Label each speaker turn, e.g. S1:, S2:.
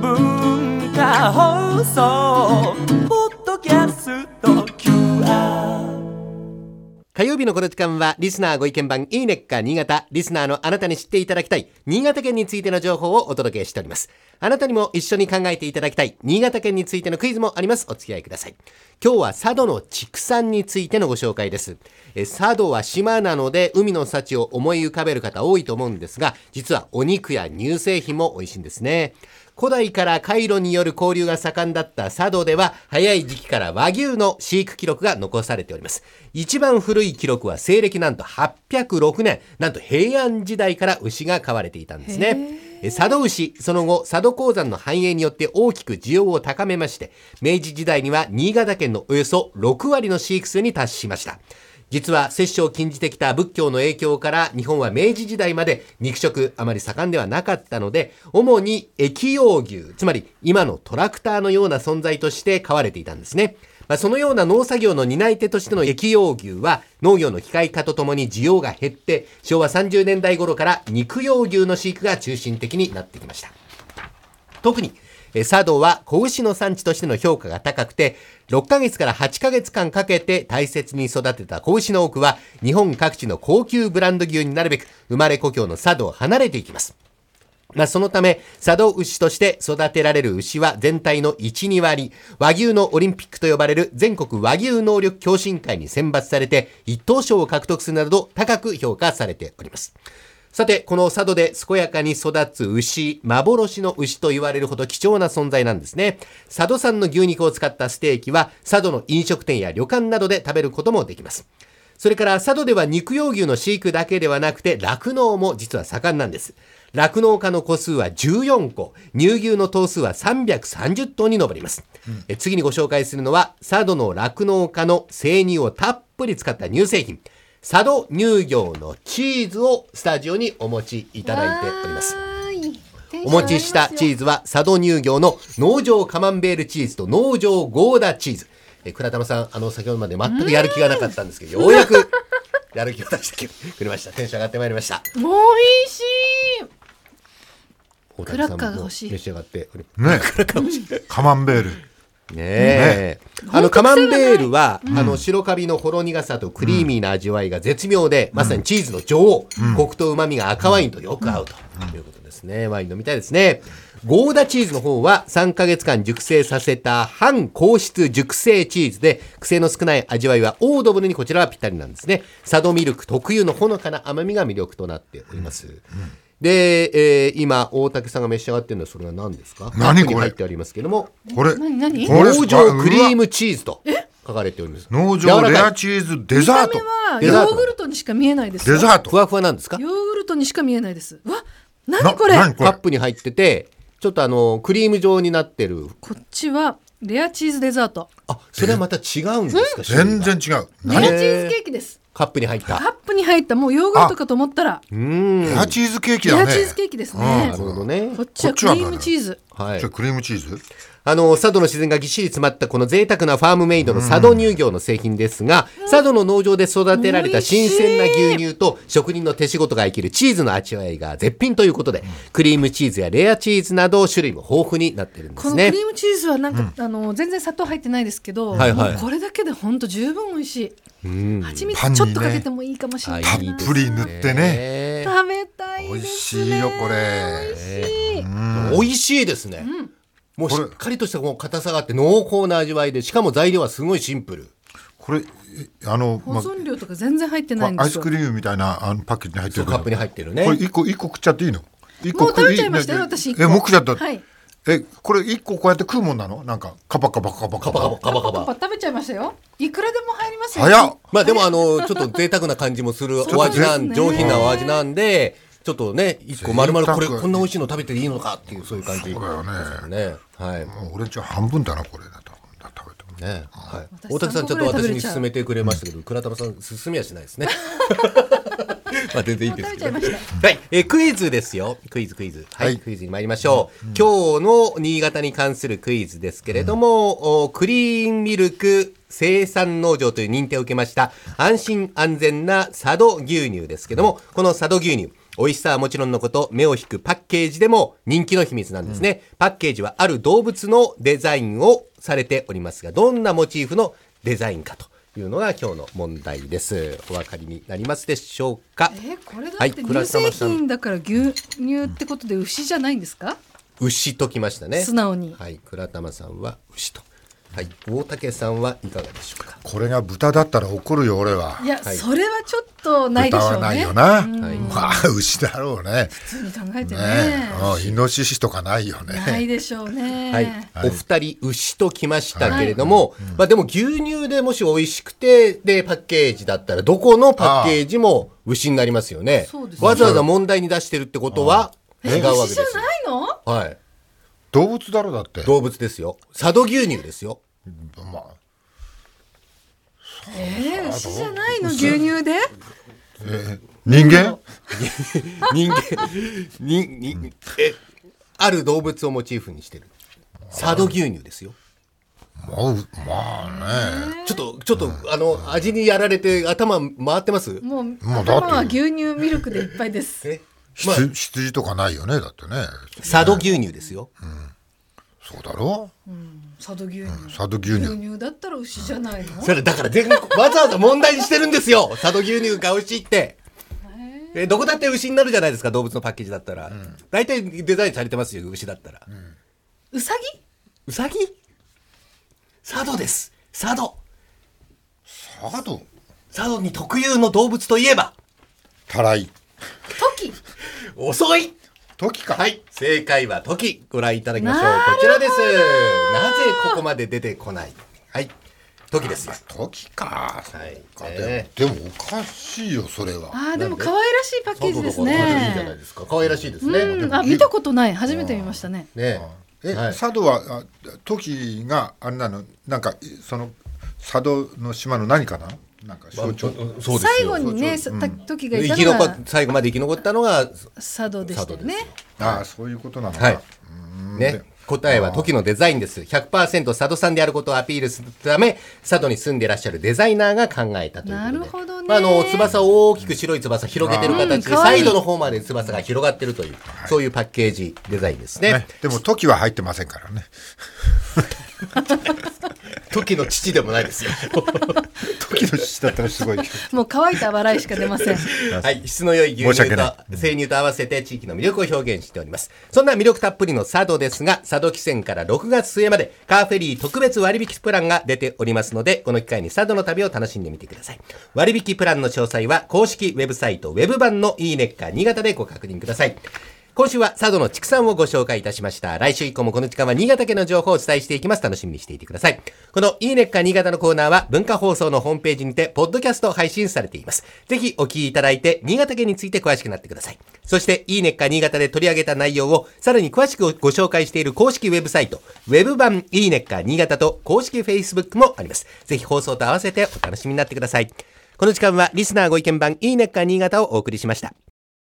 S1: 文化放送ポッドキャスト QR
S2: 火曜日のこの時間はリスナーご意見番いいねっか新潟リスナーのあなたに知っていただきたい新潟県についての情報をお届けしておりますあなたにも一緒に考えていただきたい新潟県についてのクイズもありますお付き合いください今日は佐渡の畜産についてのご紹介ですえ佐渡は島なので海の幸を思い浮かべる方多いと思うんですが実はお肉や乳製品も美味しいんですね古代から回路による交流が盛んだった佐渡では早い時期から和牛の飼育記録が残されております一番古い記録は西暦なんと806年なんと平安時代から牛が飼われていたんですねえ佐渡牛その後佐渡鉱山の繁栄によって大きく需要を高めまして明治時代には新潟県のおよそ6割の飼育数に達しました実は摂取を禁じてきた仏教の影響から日本は明治時代まで肉食あまり盛んではなかったので主に液用牛つまり今のトラクターのような存在として飼われていたんですね。まあ、そのような農作業の担い手としての液用牛は農業の機械化とともに需要が減って昭和30年代頃から肉用牛の飼育が中心的になってきました。特に、えー佐渡は子牛の産地としての評価が高くて、6ヶ月から8ヶ月間かけて大切に育てた子牛の多くは、日本各地の高級ブランド牛になるべく、生まれ故郷の佐渡を離れていきます。まあ、そのため、佐渡牛として育てられる牛は全体の1、2割、和牛のオリンピックと呼ばれる全国和牛能力共進会に選抜されて、一等賞を獲得するなど高く評価されております。さて、この佐渡で健やかに育つ牛、幻の牛と言われるほど貴重な存在なんですね。佐渡産の牛肉を使ったステーキは、佐渡の飲食店や旅館などで食べることもできます。それから佐渡では肉用牛の飼育だけではなくて酪農も実は盛んなんです。酪農家の個数は14個、乳牛の頭数は330頭に上ります。え次にご紹介するのは佐渡の酪農家の生乳をたっぷり使った乳製品、佐渡乳業のチーズをスタジオにお持ちいただいております。
S3: わーい。
S2: お持ちしたチー
S3: ズ。
S2: ズは佐渡乳業の農場カマンベールチーズと農場ゴーダチーズ。えー倉玉さん、あの、先ほどまで全くやる気がなかったんですけど、ようやくやる気を出してくれました。テンション上がってまいりました。
S3: もう美味しい。
S2: ク
S3: クラッカーが欲しい
S2: 召し上がっておりま
S4: ね。カマンベール。
S2: す。ねえ。あの、カマンベールは、あの、白カビのほろ苦さとクリーミーな味わいが絶妙で、まさにチーズの女王、コクと旨味が赤ワインとよく合うということですね。ワイン飲みたいですね。ゴーダチーズの方は3ヶ月間熟成させた半硬質熟成チーズで癖の少ない味わいはオードブルにこちらはぴったりなんですね。佐渡ミルク特有のほのかな甘みが魅力となっております。で、えー今、大竹さんが召し上がってるのはそれは何ですか
S4: 何こ
S2: カップ
S4: れ
S2: に入ってありますけども、
S4: これ。
S3: 何何？
S4: これ
S2: 農場クリームチーズと書かれております。
S4: 農場
S2: 柔
S4: レ
S2: らか
S4: ア
S2: い
S4: チーズデザート。
S3: は
S2: デ
S3: ヨ
S2: ザート
S3: ーグルトにしか見えないです。
S4: デザー
S2: ふ
S4: ト。
S2: わふわなんですか
S3: ヨーグルトにしか見えないです。わ、
S4: な
S3: 何これ？
S4: 何こ
S2: カッ
S4: れ。
S2: プに入ってて、ちょっとあの、クリーム状になってる。
S3: こっちはレアチーズデザート。
S2: あ、それはまた違うんですか種類
S4: 全
S2: が
S4: 然違う。
S3: レア
S4: 何
S3: チーズケーキです。
S2: カップに入った。
S3: カップに入ったもうヨーグルトかと思ったら
S2: うーん。
S4: レアチーズケーキ
S3: レ
S4: だ
S3: ア
S4: ね。
S3: チーズケーキです
S4: うん
S3: ね
S2: なる。ほどね。
S3: こっちはクリームチーズ。
S2: はい
S4: じゃあ。クリームチーズ
S2: あの、佐渡の自然がぎっしり詰まったこの贅沢なファームメイドの佐渡乳業の製品ですが、佐渡の農場で育てられた新鮮な牛乳と職人の手仕事が生きるチーズの味わいが絶品ということで、クリームチーズやレアチーズなど種類も豊富になってるんで
S3: こ
S2: す
S3: のク
S2: ね。
S3: リームチーズはなんか、あの全然砂糖入ってないですけど、
S2: はいはい
S3: もうこれだけで本当十分美味しい。蜂
S4: パン
S3: 蜜
S4: に
S3: ち
S4: ね
S3: ょっとかけてもいいかもしれない。
S2: あ
S4: たっ
S2: いいですね
S4: ぷり塗ってね。
S2: え
S3: 食べたい
S4: 美
S3: で
S4: 味
S3: す
S4: しいよ、こ
S3: 美
S4: れ。
S3: 味しい。
S2: ー美味しいですね。もうしっかりとしたこの硬さがあって濃厚な味わいで、しかも材料はすごいシンプル。
S4: これ、えあの、
S3: 保
S4: ま
S3: 存料とか全然入ってないんで
S4: あ、アイ
S3: す
S4: ス
S3: よ。
S4: クリームみたいなあのパッケージに入って
S2: そう
S4: るけ
S2: カ
S4: ど
S2: ップに入ってる
S4: これ
S2: ね。
S4: 一個、一個食っちゃっていいの一
S3: もう食べちゃいましたよ
S4: え
S3: 私一個
S4: え、もう食っちゃった
S3: はい。
S4: え、これ一個こうやって食うもんなのなんか、カパカパカパ
S2: カ
S4: カ
S2: バカバ
S4: パ。
S2: カバカ
S3: パ
S2: バ
S3: パ。食べちゃいましたよ。いくらでも入りますよ。
S4: 早っ
S2: まあでもあの、ちょっと贅沢な感じもするお味な
S3: そうです
S2: ん、
S3: ね
S2: 上品なお味なんで、ちょっとね、一個丸々これ、
S4: 贅沢
S2: こんな美味しいの食べていいのかっていう、そういう感じ。
S4: そうだよね
S2: ね。はい。
S4: もう俺んちは半分だな、これだと。食べてもね。
S2: ね。はい。
S3: 私
S2: 大竹さん、ちょっと
S3: 三個ぐ
S2: 私
S3: らい食べ
S2: に
S3: れちゃう
S2: 勧めてくれましたけど、倉玉さん、勧めはしない ですね。まあ全然いいん
S3: もう
S2: です
S3: 食べ
S2: け
S3: ち
S2: ど
S3: ゃい。ました。
S2: はい、えークイズですよ。クイズ、クイズ。はい、
S4: はい
S2: クイズに参りましょう。今日の新潟に関するクイズですけれども、おクリーンミルク生産農場という認定を受けました、安心安全な佐渡牛乳ですけども、この佐渡牛乳、美味しさはもちろんのこと、目を引くパッケージでも人気の秘密なんですね。パッケージはある動物のデザインをされておりますが、どんなモチーフのデザインかというのが今日の問題です。お分かりになりますでしょうか
S3: えこれだ
S2: は
S3: っ
S2: い
S3: て
S2: 倉
S3: 乳
S2: 様
S3: 製
S2: さん
S3: 品だから牛乳ってことで牛じゃないんですか
S2: 牛ときましたね。
S3: 素直に
S2: はい。倉玉さんは牛と。はい。大竹さんはいかがでしょうか
S4: これが豚だったら怒るよ俺はい
S3: や、
S2: はい
S3: それはちょっとないで
S4: 豚
S3: しょうね
S4: はないよな、
S2: い
S4: まあ牛だろうね
S3: 普通に考えて
S4: ね
S3: ね
S4: うんイノシシとかないよ
S3: な
S4: ね
S3: いでしょうね、
S2: はい、お二人牛ときましたけれども、まあ、でも牛乳でもし美味しくてでパッケージだったらどこのパッケージも牛になりますよね
S3: そうですね
S2: わざわざ問題に出してるってことは違
S3: え
S2: うわけで
S3: 牛じ
S2: す
S3: ゃないの
S2: はい
S4: 動物だろだって
S2: 動物ですよ佐渡牛乳ですよ
S4: まあ
S3: えー、牛じゃないの牛乳で
S4: 人間
S2: 人間ににえある動物をモチーフにしてる佐渡牛乳ですよ
S4: まあうまあね
S2: ちょっとちょっとあの味にやられて頭回ってます
S3: もう
S4: もうだって
S3: 頭は牛乳ミルクでいっぱいです
S2: えまあ
S4: 羊羊とかないよねだってね
S2: 佐渡牛乳ですよ
S4: そうだろ
S3: 佐渡牛乳
S4: 佐渡牛
S3: 牛
S4: 乳
S3: 乳だったら牛じゃないの、
S2: それだから全国、わざわざ問題にしてるんですよ 佐渡牛乳が美味しいって。えどこだって牛になるじゃないですか、動物のパッケージだったら。大体デザインされてますよ、牛だったら。
S3: うさぎ
S2: うさぎ佐渡です。佐渡。
S4: 佐渡
S2: 佐渡に特有の動物といえば、
S4: たらい
S3: トキ
S2: 遅い
S4: 時か
S2: はい、正解は時。ご覧いただきましょう。
S3: なるほど
S2: こちらです。なぜここまで出てこないはい、時ですよ。
S4: 時か
S2: はい
S4: そうか
S2: ね
S4: でもでもおかしいよそれは
S3: あーでも可愛らしいパッケージです
S2: 佐渡が可愛らしいじゃない
S3: ね
S2: ですか。可愛らしいですね。
S3: う
S2: ね
S3: んあ見たことない初めて見ましたね
S4: え、
S2: はい
S4: 佐渡はあ時があれなのなんかいその佐渡の島の何かななんか象徴
S2: そうですよ
S3: 最後にね、さた時がい
S2: 生
S3: た
S2: き
S3: の
S2: 残っ
S3: が
S2: 最後まで生き残ったのが、
S3: 佐渡でしたよね
S2: 佐渡
S4: ああそういうことなのか、
S2: はい
S4: で
S2: ね、答えは時のデザインです100%佐渡さんであることをアピールするため佐渡に住んでいらっしゃるデザイナーが考えたということで
S3: なるほどね
S2: まあ、あの翼を大きく白い翼広げてる
S3: うん
S2: 形で、
S3: かわ
S2: サ
S3: いい
S2: イドの方まで翼が広がってるという、そういうパッケージデザインですね
S4: ねでも時は入ってませんからね
S2: 時の父でもないですよ
S4: 時の父だったらすごいけど
S3: もう乾いた笑いしか出ません
S2: はい、質の良い牛
S4: 申し
S2: 乳
S4: 訳
S2: と
S4: な
S2: 生乳と合わせて地域の魅力を表現しております。そんな魅力たっぷりの佐渡ですが、佐渡汽船から6月末までカーフェリー特別割引プランが出ておりますので、この機会に佐渡の旅を楽しんでみてください。割引プランの詳細は公式ウェブサイト、ウェブ版のいいねっか新潟でご確認ください。今週は佐渡の畜産をご紹介いたしました。来週以降もこの時間は新潟県の情報をお伝えしていきます。楽しみにしていてください。このいいねっか新潟のコーナーは文化放送のホームページにて、ポッドキャストを配信されています。ぜひお聞きいただいて、新潟県について詳しくなってください。そして、いいねっか新潟で取り上げた内容を、さらに詳しくご紹介している公式ウェブサイト、ウェブ版いいねっか新潟と公式 Facebook もあります。ぜひ放送と合わせてお楽しみになってください。この時間はリスナーご意見番いいねっか新潟をお送りしました。